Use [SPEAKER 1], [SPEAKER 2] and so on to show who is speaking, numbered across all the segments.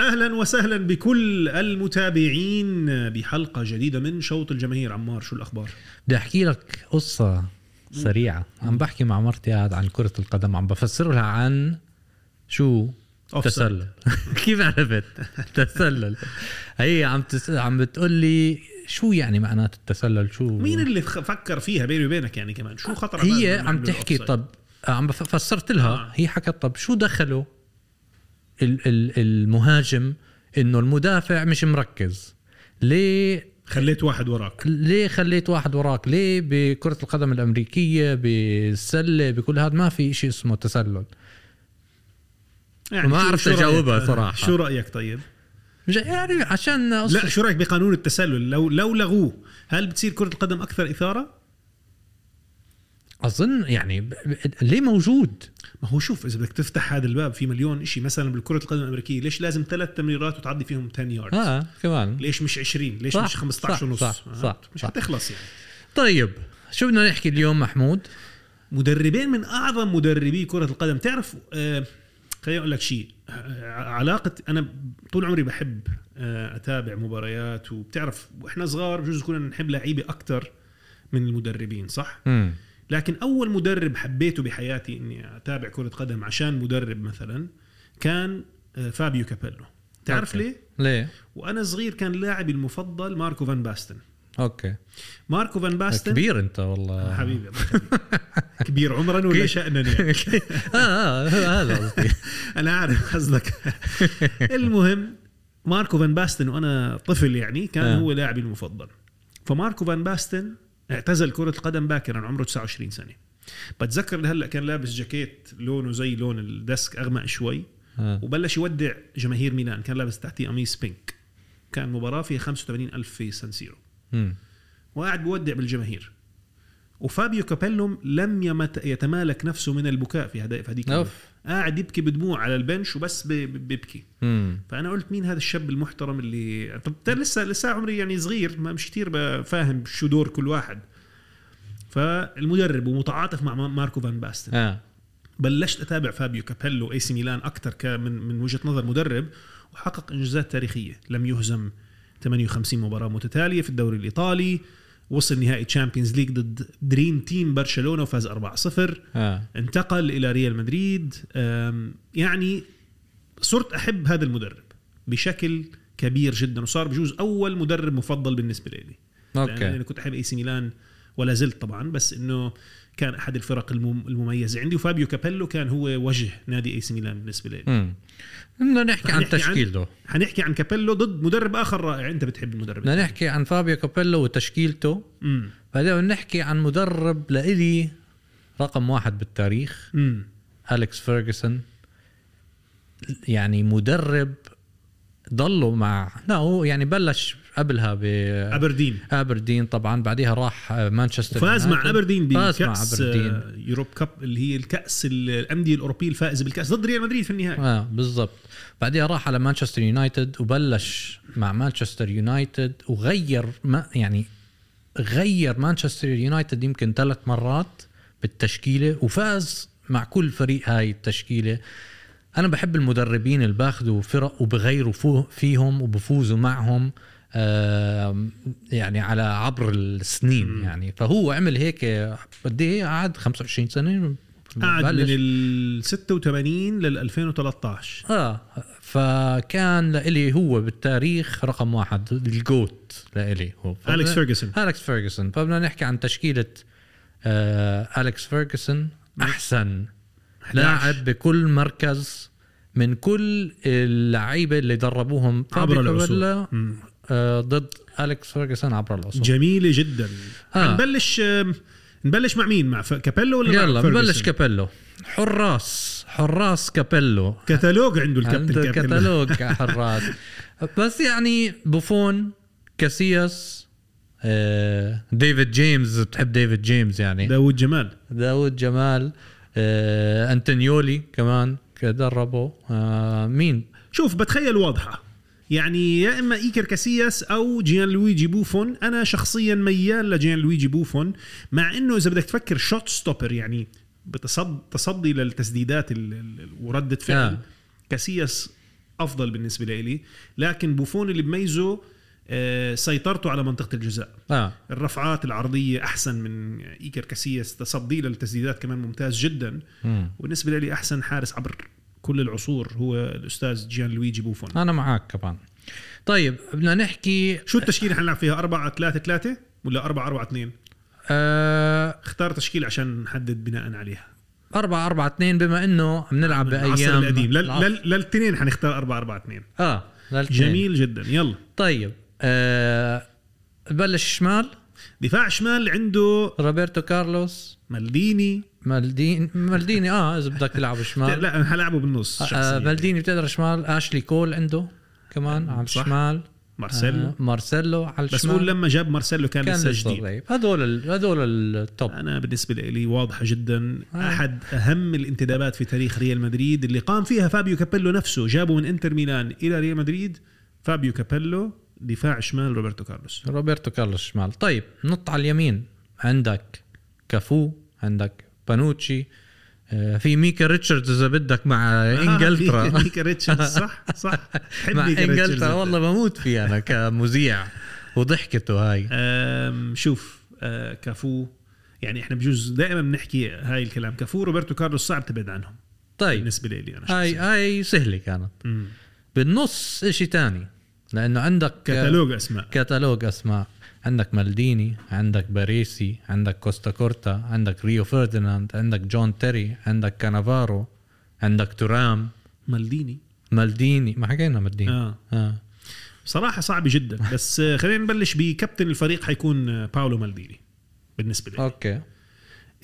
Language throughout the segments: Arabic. [SPEAKER 1] اهلا وسهلا بكل المتابعين بحلقه جديده من شوط الجماهير عمار شو الاخبار
[SPEAKER 2] بدي احكي لك قصه سريعه عم بحكي مع مرتي قاعد عن كره القدم عم بفسر لها عن شو
[SPEAKER 1] Offside.
[SPEAKER 2] تسلل كيف عرفت تسلل هي عم تس... عم بتقول لي شو يعني معنات التسلل شو
[SPEAKER 1] مين اللي خ- فكر فيها بيني وبينك يعني كمان شو خطر على بالنا
[SPEAKER 2] هي
[SPEAKER 1] إنه
[SPEAKER 2] عم
[SPEAKER 1] نعمل
[SPEAKER 2] تحكي
[SPEAKER 1] الأوفسايد؟
[SPEAKER 2] طب عم بف- فسرت لها
[SPEAKER 1] آه.
[SPEAKER 2] هي حكت طب شو دخله ال... ال... المهاجم انه المدافع مش مركز ليه
[SPEAKER 1] خليت واحد وراك
[SPEAKER 2] ليه خليت واحد وراك ليه بكرة القدم الأمريكية بالسلة بكل هذا ما في شيء اسمه تسلل
[SPEAKER 1] يعني
[SPEAKER 2] ما
[SPEAKER 1] شو-
[SPEAKER 2] عرفت
[SPEAKER 1] شو رأيك؟
[SPEAKER 2] أجاوبها
[SPEAKER 1] آه،
[SPEAKER 2] صراحة.
[SPEAKER 1] شو رايك طيب
[SPEAKER 2] مش- يعني عشان
[SPEAKER 1] لا
[SPEAKER 2] أصل-
[SPEAKER 1] شو رايك بقانون التسلل لو لو لغوه هل بتصير كره القدم اكثر اثاره
[SPEAKER 2] أظن يعني ب- ب- ليه موجود
[SPEAKER 1] ما هو شوف اذا بدك تفتح هذا الباب في مليون إشي مثلا بالكره القدم الامريكيه ليش لازم ثلاث تمريرات وتعدي فيهم 10 يارد
[SPEAKER 2] آه كمان
[SPEAKER 1] ليش مش 20 ليش
[SPEAKER 2] صح،
[SPEAKER 1] مش 15 ونص
[SPEAKER 2] صح، صح،
[SPEAKER 1] آه،
[SPEAKER 2] صح،
[SPEAKER 1] مش
[SPEAKER 2] صح.
[SPEAKER 1] حتخلص يعني
[SPEAKER 2] طيب شو بدنا نحكي اليوم محمود
[SPEAKER 1] مدربين من اعظم مدربي كره القدم تعرف آه خليني اقول لك شيء آه، علاقه انا طول عمري بحب آه اتابع مباريات وبتعرف واحنا صغار بجوز كنا نحب لعيبه اكثر من المدربين صح
[SPEAKER 2] مم.
[SPEAKER 1] لكن اول مدرب حبيته بحياتي اني اتابع كره قدم عشان مدرب مثلا كان آه فابيو كابيلو تعرف
[SPEAKER 2] أوكي.
[SPEAKER 1] ليه
[SPEAKER 2] ليه
[SPEAKER 1] وانا صغير كان لاعبي المفضل ماركو فان باستن
[SPEAKER 2] أوكي
[SPEAKER 1] ماركو فان باستن
[SPEAKER 2] كبير أنت والله
[SPEAKER 1] حبيبي الله يخليك. كبير عمرا ولا
[SPEAKER 2] كبير.
[SPEAKER 1] شأنا يعني
[SPEAKER 2] آه، آه هذا قصدي
[SPEAKER 1] انا اعرف قصدك المهم ماركو فان باستن وانا طفل يعني كان
[SPEAKER 2] آه.
[SPEAKER 1] هو لاعبي المفضل فماركو فان باستن اعتزل كرة القدم باكرا عمره 29 سنة بتذكر لهلا كان لابس جاكيت لونه زي لون الدسك اغمق شوي
[SPEAKER 2] آه.
[SPEAKER 1] وبلش يودع جماهير ميلان كان لابس تحتيه قميص بينك كان مباراة فيها 85 ألف في سانسيرو
[SPEAKER 2] مم.
[SPEAKER 1] وقاعد بودع بالجماهير وفابيو كابيلوم لم يمت يتمالك نفسه من البكاء في هذا في هذيك اللحظة.
[SPEAKER 2] أوف.
[SPEAKER 1] قاعد يبكي بدموع على البنش وبس ب- ب- بيبكي
[SPEAKER 2] مم.
[SPEAKER 1] فانا قلت مين هذا الشاب المحترم اللي طب ده لسه لسه عمري يعني صغير ما مش كثير بفاهم شو دور كل واحد فالمدرب ومتعاطف مع ما- ماركو فان باستن
[SPEAKER 2] آه
[SPEAKER 1] بلشت اتابع فابيو كابيلو اي سي ميلان اكثر كمن من وجهه نظر مدرب وحقق انجازات تاريخيه لم يهزم 58 مباراه متتاليه في الدوري الايطالي وصل نهائي تشامبيونز ليج ضد دريم تيم برشلونه وفاز 4-0
[SPEAKER 2] آه
[SPEAKER 1] انتقل الى ريال مدريد أم، يعني صرت احب هذا المدرب بشكل كبير جدا وصار بجوز اول مدرب مفضل بالنسبه لي
[SPEAKER 2] أوكي.
[SPEAKER 1] انا كنت احب اي سي ميلان ولا زلت طبعا بس انه كان احد الفرق المم- المميزه عندي وفابيو كابيلو كان هو وجه نادي اي سي ميلان بالنسبه لي
[SPEAKER 2] مم. بدنا نحكي عن
[SPEAKER 1] حنحكي عن-
[SPEAKER 2] تشكيلته
[SPEAKER 1] حنحكي عن كابيلو ضد مدرب اخر رائع انت بتحب المدرب
[SPEAKER 2] بدنا نحكي عن فابيو كابيلو وتشكيلته
[SPEAKER 1] امم
[SPEAKER 2] بعدين بدنا نحكي عن مدرب لإلي رقم واحد بالتاريخ
[SPEAKER 1] امم
[SPEAKER 2] أليكس فيرجسون يعني مدرب ضلوا مع لا هو يعني بلش قبلها ب
[SPEAKER 1] ابردين
[SPEAKER 2] أبردين طبعا بعدها راح مانشستر
[SPEAKER 1] فاز مع
[SPEAKER 2] يونايتد.
[SPEAKER 1] ابردين
[SPEAKER 2] فاز مع
[SPEAKER 1] بكاس
[SPEAKER 2] أبردين
[SPEAKER 1] آه، يوروب كاب اللي هي الكاس الانديه الاوروبيه الفائزه بالكاس ضد ريال مدريد في النهائي
[SPEAKER 2] اه بالضبط بعدها راح على مانشستر يونايتد وبلش مع مانشستر يونايتد وغير ما يعني غير مانشستر يونايتد يمكن ثلاث مرات بالتشكيله وفاز مع كل فريق هاي التشكيله انا بحب المدربين اللي باخذوا فرق وبغيروا فو- فيهم وبفوزوا معهم آم، يعني على عبر السنين يعني فهو عمل هيك قد ايه قعد 25 سنه
[SPEAKER 1] قعد من
[SPEAKER 2] آه، بلش.
[SPEAKER 1] ال 86 لل 2013
[SPEAKER 2] اه فكان لإلي هو بالتاريخ رقم واحد الجوت لإلي هو فبدنا-
[SPEAKER 1] أليكس فيرجسون.
[SPEAKER 2] أليكس فيرجسون فبدنا نحكي عن تشكيلة آه أليكس فيرجسون أحسن
[SPEAKER 1] 11.
[SPEAKER 2] لاعب بكل مركز من كل اللعيبة اللي دربوهم
[SPEAKER 1] عبر
[SPEAKER 2] فابيو
[SPEAKER 1] العصور.
[SPEAKER 2] كابيلا، آه ضد أليكس فيرجسون عبر العصور
[SPEAKER 1] جميله جدا
[SPEAKER 2] آه.
[SPEAKER 1] نبلش آم، نبلش مع مين مع ف- كابيلو ولا مع
[SPEAKER 2] يلا
[SPEAKER 1] فيرجسون؟
[SPEAKER 2] ببلش كابيلو حراس حراس كابيلو
[SPEAKER 1] كتالوج عنده الكابتن
[SPEAKER 2] عنده
[SPEAKER 1] كابيلو.
[SPEAKER 2] كتالوج حراس بس يعني بوفون كاسياس آه، ديفيد جيمس بتحب ديفيد جيمس يعني
[SPEAKER 1] داوود جمال
[SPEAKER 2] داود جمال آه، انتونيولي كمان دربه آه، مين
[SPEAKER 1] شوف بتخيل واضحه يعني يا اما ايكر كاسياس او جيان لويجي بوفون انا شخصيا ميال لجيان لويجي بوفون مع انه اذا بدك تفكر شوت ستوبر يعني بتصد تصدي للتسديدات ال- ال- ال- ورده فعل
[SPEAKER 2] آه.
[SPEAKER 1] كاسياس افضل بالنسبه لي لكن بوفون اللي بميزه آه، سيطرته على منطقه الجزاء
[SPEAKER 2] اه
[SPEAKER 1] الرفعات العرضيه احسن من ايكر كاسياس تصدي للتسديدات كمان ممتاز جدا
[SPEAKER 2] مم.
[SPEAKER 1] وبالنسبه لي احسن حارس عبر كل العصور هو الاستاذ جيان لويجي بوفون
[SPEAKER 2] انا معك كمان طيب بدنا نحكي
[SPEAKER 1] شو التشكيله اللي حنلعب فيها 4 3 3 ولا 4 4 2
[SPEAKER 2] آه
[SPEAKER 1] اختار تشكيله عشان نحدد بناء عليها
[SPEAKER 2] 4 4 2 بما انه بنلعب
[SPEAKER 1] العصر
[SPEAKER 2] بايام
[SPEAKER 1] القديم لل-
[SPEAKER 2] العصر.
[SPEAKER 1] لل- للتنين حنختار 4 4 2
[SPEAKER 2] اه للتنين.
[SPEAKER 1] جميل جدا يلا
[SPEAKER 2] طيب آه بلش شمال
[SPEAKER 1] دفاع شمال عنده
[SPEAKER 2] روبرتو كارلوس
[SPEAKER 1] مالديني
[SPEAKER 2] مالدين مالديني اه اذا بدك تلعب
[SPEAKER 1] لا,
[SPEAKER 2] شمال
[SPEAKER 1] لا انا حلعبه بالنص
[SPEAKER 2] آه
[SPEAKER 1] شخصيا
[SPEAKER 2] مالديني بتقدر شمال اشلي كول عنده كمان على
[SPEAKER 1] صح.
[SPEAKER 2] الشمال
[SPEAKER 1] مارسيلو
[SPEAKER 2] آه مارسيلو على
[SPEAKER 1] بس
[SPEAKER 2] الشمال
[SPEAKER 1] قول لما جاب مارسيلو كان,
[SPEAKER 2] كان
[SPEAKER 1] لسه جديد
[SPEAKER 2] لسه هذول ال- هذول التوب
[SPEAKER 1] انا بالنسبه لي واضحه جدا
[SPEAKER 2] آه.
[SPEAKER 1] احد اهم الانتدابات في تاريخ ريال مدريد اللي قام فيها فابيو كابيلو نفسه جابه من انتر ميلان الى ريال مدريد فابيو كابيلو دفاع شمال روبرتو كارلوس
[SPEAKER 2] روبرتو كارلوس شمال طيب نط على اليمين عندك كافو عندك بانوتشي آه، في ميكا ريتشاردز اذا بدك مع
[SPEAKER 1] آه،
[SPEAKER 2] انجلترا
[SPEAKER 1] ميكا ريتشاردز صح صح بحب
[SPEAKER 2] مع
[SPEAKER 1] ميكا ريتشاردز
[SPEAKER 2] انجلترا
[SPEAKER 1] جداً.
[SPEAKER 2] والله بموت فيه انا كمذيع وضحكته هاي
[SPEAKER 1] أم، شوف أه، كافو يعني احنا بجوز دائما بنحكي هاي الكلام كافو روبرتو كارلوس صعب تبعد عنهم
[SPEAKER 2] طيب
[SPEAKER 1] بالنسبه لي انا
[SPEAKER 2] هاي آه،
[SPEAKER 1] شخصيا
[SPEAKER 2] هاي سهله كانت
[SPEAKER 1] مم.
[SPEAKER 2] بالنص شيء تاني لانه عندك
[SPEAKER 1] كتالوج اسماء
[SPEAKER 2] كتالوج اسماء عندك مالديني عندك باريسي عندك كوستا كورتا عندك ريو فرديناند عندك جون تيري عندك كانافارو عندك ترام
[SPEAKER 1] مالديني
[SPEAKER 2] مالديني ما حكينا مالديني آه.
[SPEAKER 1] اه
[SPEAKER 2] آه.
[SPEAKER 1] بصراحه صعب جدا بس آه، خلينا نبلش بكابتن الفريق حيكون آه، باولو مالديني بالنسبه لي
[SPEAKER 2] اوكي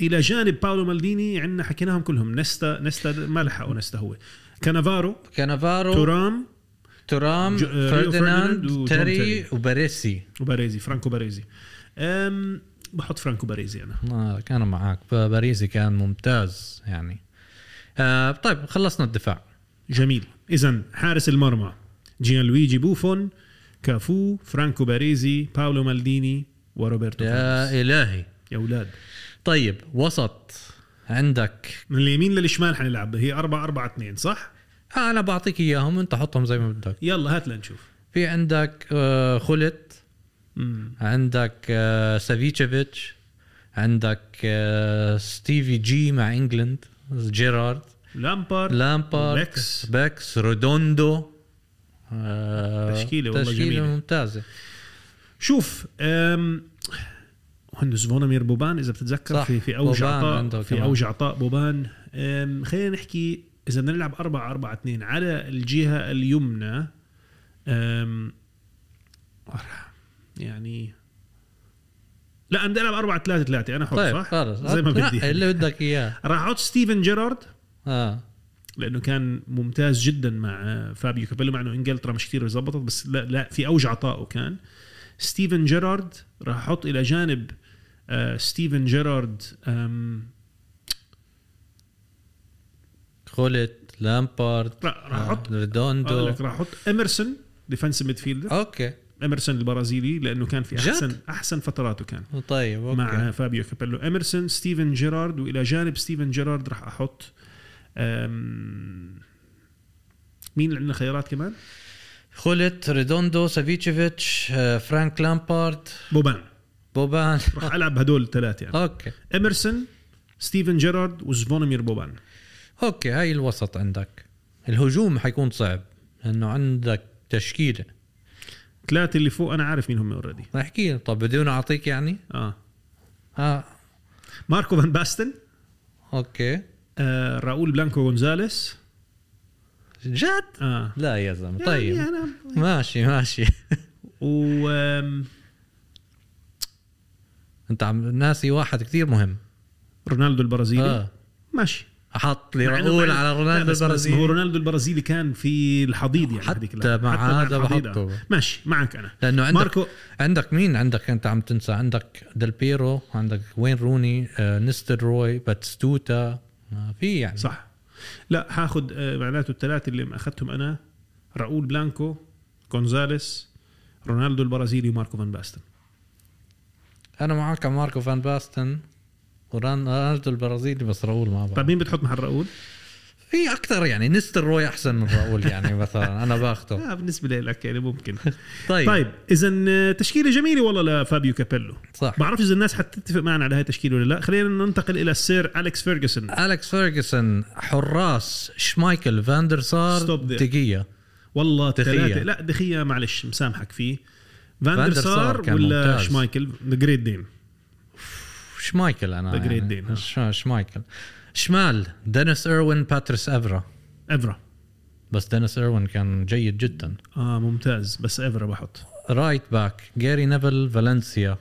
[SPEAKER 1] الى جانب باولو مالديني عندنا حكيناهم كلهم نستا نستا ما لحقوا نستا هو كانافارو
[SPEAKER 2] كانافارو
[SPEAKER 1] تورام
[SPEAKER 2] ترام
[SPEAKER 1] جو- آه، ريو فرديناند
[SPEAKER 2] فرديناند
[SPEAKER 1] وجون
[SPEAKER 2] تيري
[SPEAKER 1] تيري.
[SPEAKER 2] وباريسي
[SPEAKER 1] وباريزي فرانكو باريزي أم بحط فرانكو باريزي انا
[SPEAKER 2] آه انا معك باريسي كان ممتاز يعني آه طيب خلصنا الدفاع
[SPEAKER 1] جميل اذا حارس المرمى جيان لويجي بوفون كافو فرانكو باريزي باولو مالديني وروبرتو كارلوس.
[SPEAKER 2] يا الهي
[SPEAKER 1] يا اولاد
[SPEAKER 2] طيب وسط عندك
[SPEAKER 1] من اليمين للشمال حنلعب هي 4 4 2 صح
[SPEAKER 2] آه انا بعطيك اياهم انت حطهم زي ما بدك
[SPEAKER 1] يلا هات لنشوف
[SPEAKER 2] في عندك آه، خلت
[SPEAKER 1] مم.
[SPEAKER 2] عندك آه، سافيتشيفيتش عندك آه، ستيفي جي مع انجلند جيرارد
[SPEAKER 1] لامبارد
[SPEAKER 2] لامبارد
[SPEAKER 1] بيكس.
[SPEAKER 2] بيكس رودوندو آه،
[SPEAKER 1] تشكيلة والله
[SPEAKER 2] تشكيلة
[SPEAKER 1] جميلة.
[SPEAKER 2] ممتازة
[SPEAKER 1] شوف أم هن زفونامير بوبان اذا بتتذكر
[SPEAKER 2] صح،
[SPEAKER 1] في في اوج
[SPEAKER 2] بوبان عنده
[SPEAKER 1] عطاء في
[SPEAKER 2] كمان.
[SPEAKER 1] اوج عطاء بوبان أم، خلينا نحكي اذا بدنا نلعب 4 4 2 على الجهه اليمنى أم، يعني لا انا بدي العب 4 3 3 انا حر
[SPEAKER 2] طيب
[SPEAKER 1] صح؟
[SPEAKER 2] خلص
[SPEAKER 1] زي ما
[SPEAKER 2] هات-
[SPEAKER 1] بدي
[SPEAKER 2] اللي بدك اياه
[SPEAKER 1] راح احط ستيفن جيرارد
[SPEAKER 2] اه
[SPEAKER 1] لانه كان ممتاز جدا مع فابيو كابيلو مع انه انجلترا مش كثير زبطت بس لا, لا في اوج عطائه كان ستيفن جيرارد راح احط الى جانب آه، ستيفن جيرارد آم،
[SPEAKER 2] خلت لامبارد
[SPEAKER 1] لا، راح
[SPEAKER 2] آه،
[SPEAKER 1] احط أقول
[SPEAKER 2] رودوندو
[SPEAKER 1] لك راح احط اميرسون ديفنسيف ميدفيلدر
[SPEAKER 2] اوكي
[SPEAKER 1] اميرسون البرازيلي لانه كان في
[SPEAKER 2] جد؟
[SPEAKER 1] احسن احسن فتراته كان
[SPEAKER 2] طيب اوكي
[SPEAKER 1] مع فابيو كابيلو اميرسون ستيفن جيرارد والى جانب ستيفن جيرارد راح احط آم، مين اللي عندنا خيارات كمان؟
[SPEAKER 2] خلت ريدوندو سافيتشيفيتش آه، فرانك لامبارد
[SPEAKER 1] بوبان
[SPEAKER 2] بوبان
[SPEAKER 1] راح العب هدول الثلاثه يعني
[SPEAKER 2] اوكي
[SPEAKER 1] اميرسون ستيفن جيرارد وزفونيمير بوبان
[SPEAKER 2] اوكي هاي الوسط عندك الهجوم حيكون صعب لانه عندك تشكيله
[SPEAKER 1] ثلاثه اللي فوق انا عارف مين هم اوريدي
[SPEAKER 2] احكي طب بدون اعطيك يعني
[SPEAKER 1] اه
[SPEAKER 2] اه
[SPEAKER 1] ماركو فان باستن
[SPEAKER 2] اوكي
[SPEAKER 1] آه راؤول بلانكو غونزاليس
[SPEAKER 2] جد
[SPEAKER 1] اه
[SPEAKER 2] لا يا زلمه
[SPEAKER 1] يعني
[SPEAKER 2] طيب
[SPEAKER 1] انا
[SPEAKER 2] ماشي ماشي
[SPEAKER 1] و آم،
[SPEAKER 2] انت عم ناسي واحد كثير مهم
[SPEAKER 1] رونالدو البرازيلي آه.
[SPEAKER 2] اه
[SPEAKER 1] ماشي
[SPEAKER 2] حط لي
[SPEAKER 1] مع إنه-
[SPEAKER 2] يعني راؤول
[SPEAKER 1] مع إنه-
[SPEAKER 2] على
[SPEAKER 1] لا،
[SPEAKER 2] رونالدو
[SPEAKER 1] بس- بس هو
[SPEAKER 2] البرازيلي
[SPEAKER 1] رونالدو البرازيلي كان في الحضيض يعني
[SPEAKER 2] حتى
[SPEAKER 1] هذيك اللحظة.
[SPEAKER 2] مع هذا
[SPEAKER 1] الحضيض،
[SPEAKER 2] بحطه.
[SPEAKER 1] آه. ماشي معك انا
[SPEAKER 2] لانه عندك
[SPEAKER 1] ماركو
[SPEAKER 2] عندك مين عندك انت عم تنسى عندك ديل بيرو عندك وين روني آه نستر روي باتستوتا آه في يعني
[SPEAKER 1] صح لا حاخد آه، معناته الثلاثه اللي اخذتهم انا راؤول بلانكو غونزاليس رونالدو البرازيلي وماركو فان باستن
[SPEAKER 2] انا معك على ماركو فان باستن وران- رونالدو البرازيلي بس راؤول مع بعض
[SPEAKER 1] طيب مين بتحط محل راؤول؟
[SPEAKER 2] في اكثر يعني نستر روي احسن من راؤول يعني مثلا انا باخده
[SPEAKER 1] آه بالنسبه لك يعني ممكن
[SPEAKER 2] طيب,
[SPEAKER 1] طيب اذا تشكيله جميله والله لفابيو كابيلو
[SPEAKER 2] صح
[SPEAKER 1] بعرفش اذا الناس حتتفق معنا على هاي التشكيله ولا لا خلينا ننتقل الى السير اليكس فيرجسون
[SPEAKER 2] اليكس فيرجسون حراس شمايكل فاندرسار
[SPEAKER 1] Stop there.
[SPEAKER 2] دقيقه
[SPEAKER 1] والله
[SPEAKER 2] دخية.
[SPEAKER 1] ثلاثه لا دخيه معلش مسامحك فيه
[SPEAKER 2] فاندر
[SPEAKER 1] فاندر
[SPEAKER 2] سار
[SPEAKER 1] سار
[SPEAKER 2] كان
[SPEAKER 1] ولا
[SPEAKER 2] ممتاز.
[SPEAKER 1] شمايكل ذا جريت دين
[SPEAKER 2] شمايكل انا
[SPEAKER 1] The great
[SPEAKER 2] يعني.
[SPEAKER 1] Dane.
[SPEAKER 2] ش- شمايكل شمال دينيس ايروين باتريس افرا
[SPEAKER 1] افرا
[SPEAKER 2] بس دينيس ايروين كان جيد جدا
[SPEAKER 1] اه ممتاز بس افرا بحط
[SPEAKER 2] رايت باك جاري نيفل فالنسيا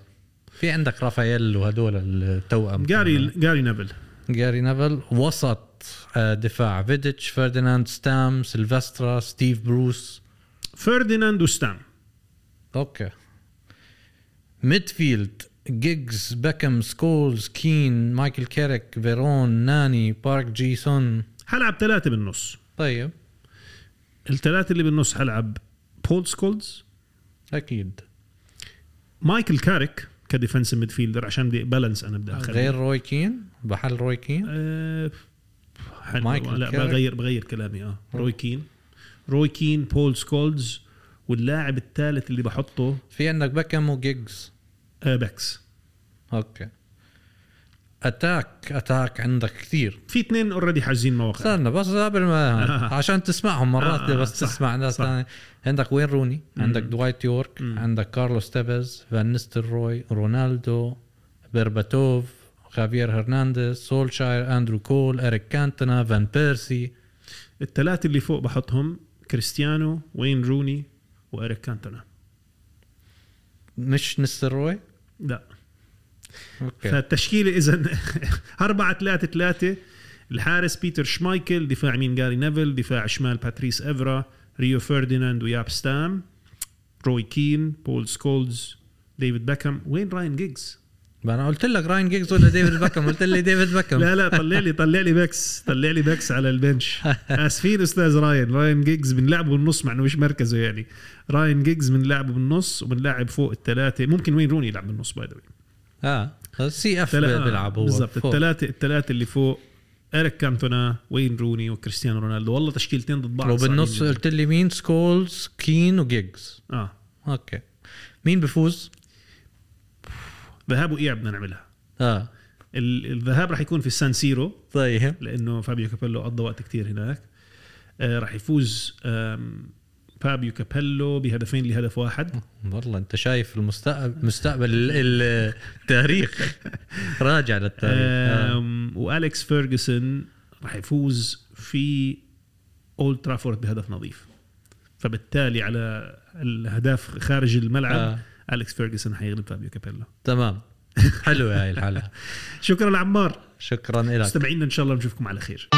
[SPEAKER 2] في عندك رافائيل وهدول التوأم
[SPEAKER 1] جاري جاري نبل
[SPEAKER 2] جاري نيفل وسط آه، دفاع فيديتش فرديناند ستام سيلفسترا ستيف بروس
[SPEAKER 1] فرديناند وستام
[SPEAKER 2] اوكي ميدفيلد جيجز بيكم سكولز كين مايكل كيريك فيرون ناني بارك جيسون
[SPEAKER 1] حلعب ثلاثه بالنص
[SPEAKER 2] طيب
[SPEAKER 1] الثلاثه اللي بالنص حلعب بول سكولز
[SPEAKER 2] اكيد
[SPEAKER 1] مايكل كاريك كديفنس ميدفيلدر عشان بدي بالانس انا بدي اخلي
[SPEAKER 2] غير روي كين بحل روي كين
[SPEAKER 1] آه، حلو
[SPEAKER 2] مايكل
[SPEAKER 1] لا
[SPEAKER 2] كارك.
[SPEAKER 1] بغير بغير كلامي اه روي كين روي كين بول سكولز واللاعب الثالث اللي بحطه
[SPEAKER 2] في عندك بيكم وجيجز
[SPEAKER 1] آه، باكس
[SPEAKER 2] اوكي اتاك اتاك عندك كثير
[SPEAKER 1] في اثنين اوريدي حاجزين مواقع
[SPEAKER 2] استنى بس قبل ما عشان تسمعهم مرات
[SPEAKER 1] آه، آه،
[SPEAKER 2] بس
[SPEAKER 1] صح،
[SPEAKER 2] تسمع ناس
[SPEAKER 1] صح.
[SPEAKER 2] ثانيه عندك وين روني عندك دوايت يورك عندك كارلوس تيبز فان نستروي رونالدو بيرباتوف خافير هرنانديز سولشاير اندرو كول اريك كانتنا فان بيرسي
[SPEAKER 1] الثلاثه اللي فوق بحطهم كريستيانو وين روني واريك كانتونا
[SPEAKER 2] مش نستروي
[SPEAKER 1] لا
[SPEAKER 2] اوكي
[SPEAKER 1] فالتشكيله اذا 4 3 3 الحارس بيتر شمايكل دفاع يمين جاري نيفل دفاع شمال باتريس افرا ريو فرديناند وياب ستام روي كين بول سكولز ديفيد بيكهام وين راين جيجز
[SPEAKER 2] ما انا قلت لك راين جيجز ولا ديفيد بكم قلت لي ديفيد بكم
[SPEAKER 1] لا لا طلع لي طلع لي باكس طلع لي باكس على البنش اسفين استاذ راين راين جيجز بنلعبه بالنص مع انه مش مركزه يعني راين جيجز بنلعبه بالنص وبنلعب فوق الثلاثه ممكن وين روني يلعب بالنص باي ذا واي
[SPEAKER 2] اه سي اف
[SPEAKER 1] تلا- آه،
[SPEAKER 2] بيلعب هو
[SPEAKER 1] بالضبط
[SPEAKER 2] فوق.
[SPEAKER 1] الثلاثة الثلاثة اللي فوق اريك كانتونا وين روني وكريستيانو رونالدو والله تشكيلتين ضد بعض
[SPEAKER 2] وبالنص
[SPEAKER 1] صعبين
[SPEAKER 2] قلت لي مين سكولز كين وجيجز
[SPEAKER 1] جداً. اه
[SPEAKER 2] اوكي مين بفوز؟
[SPEAKER 1] ذهاب واياب بدنا نعملها
[SPEAKER 2] اه
[SPEAKER 1] ال- الذهاب راح يكون في السان سيرو
[SPEAKER 2] طيب
[SPEAKER 1] لانه فابيو كابيلو قضى وقت كتير هناك آه راح يفوز آم، فابيو كابيلو بهدفين لهدف واحد
[SPEAKER 2] والله انت شايف المستقبل مستقبل ال- ال- التاريخ راجع للتاريخ آه.
[SPEAKER 1] آم، واليكس فيرجسون راح يفوز في اولد ترافورد بهدف نظيف فبالتالي على الاهداف خارج الملعب
[SPEAKER 2] آه.
[SPEAKER 1] اليكس فيرجسون حيغلب فابيو كابيلو
[SPEAKER 2] تمام حلوه هاي الحلقه
[SPEAKER 1] شكرا عمار
[SPEAKER 2] شكرا لك
[SPEAKER 1] مستمعينا ان شاء الله نشوفكم على خير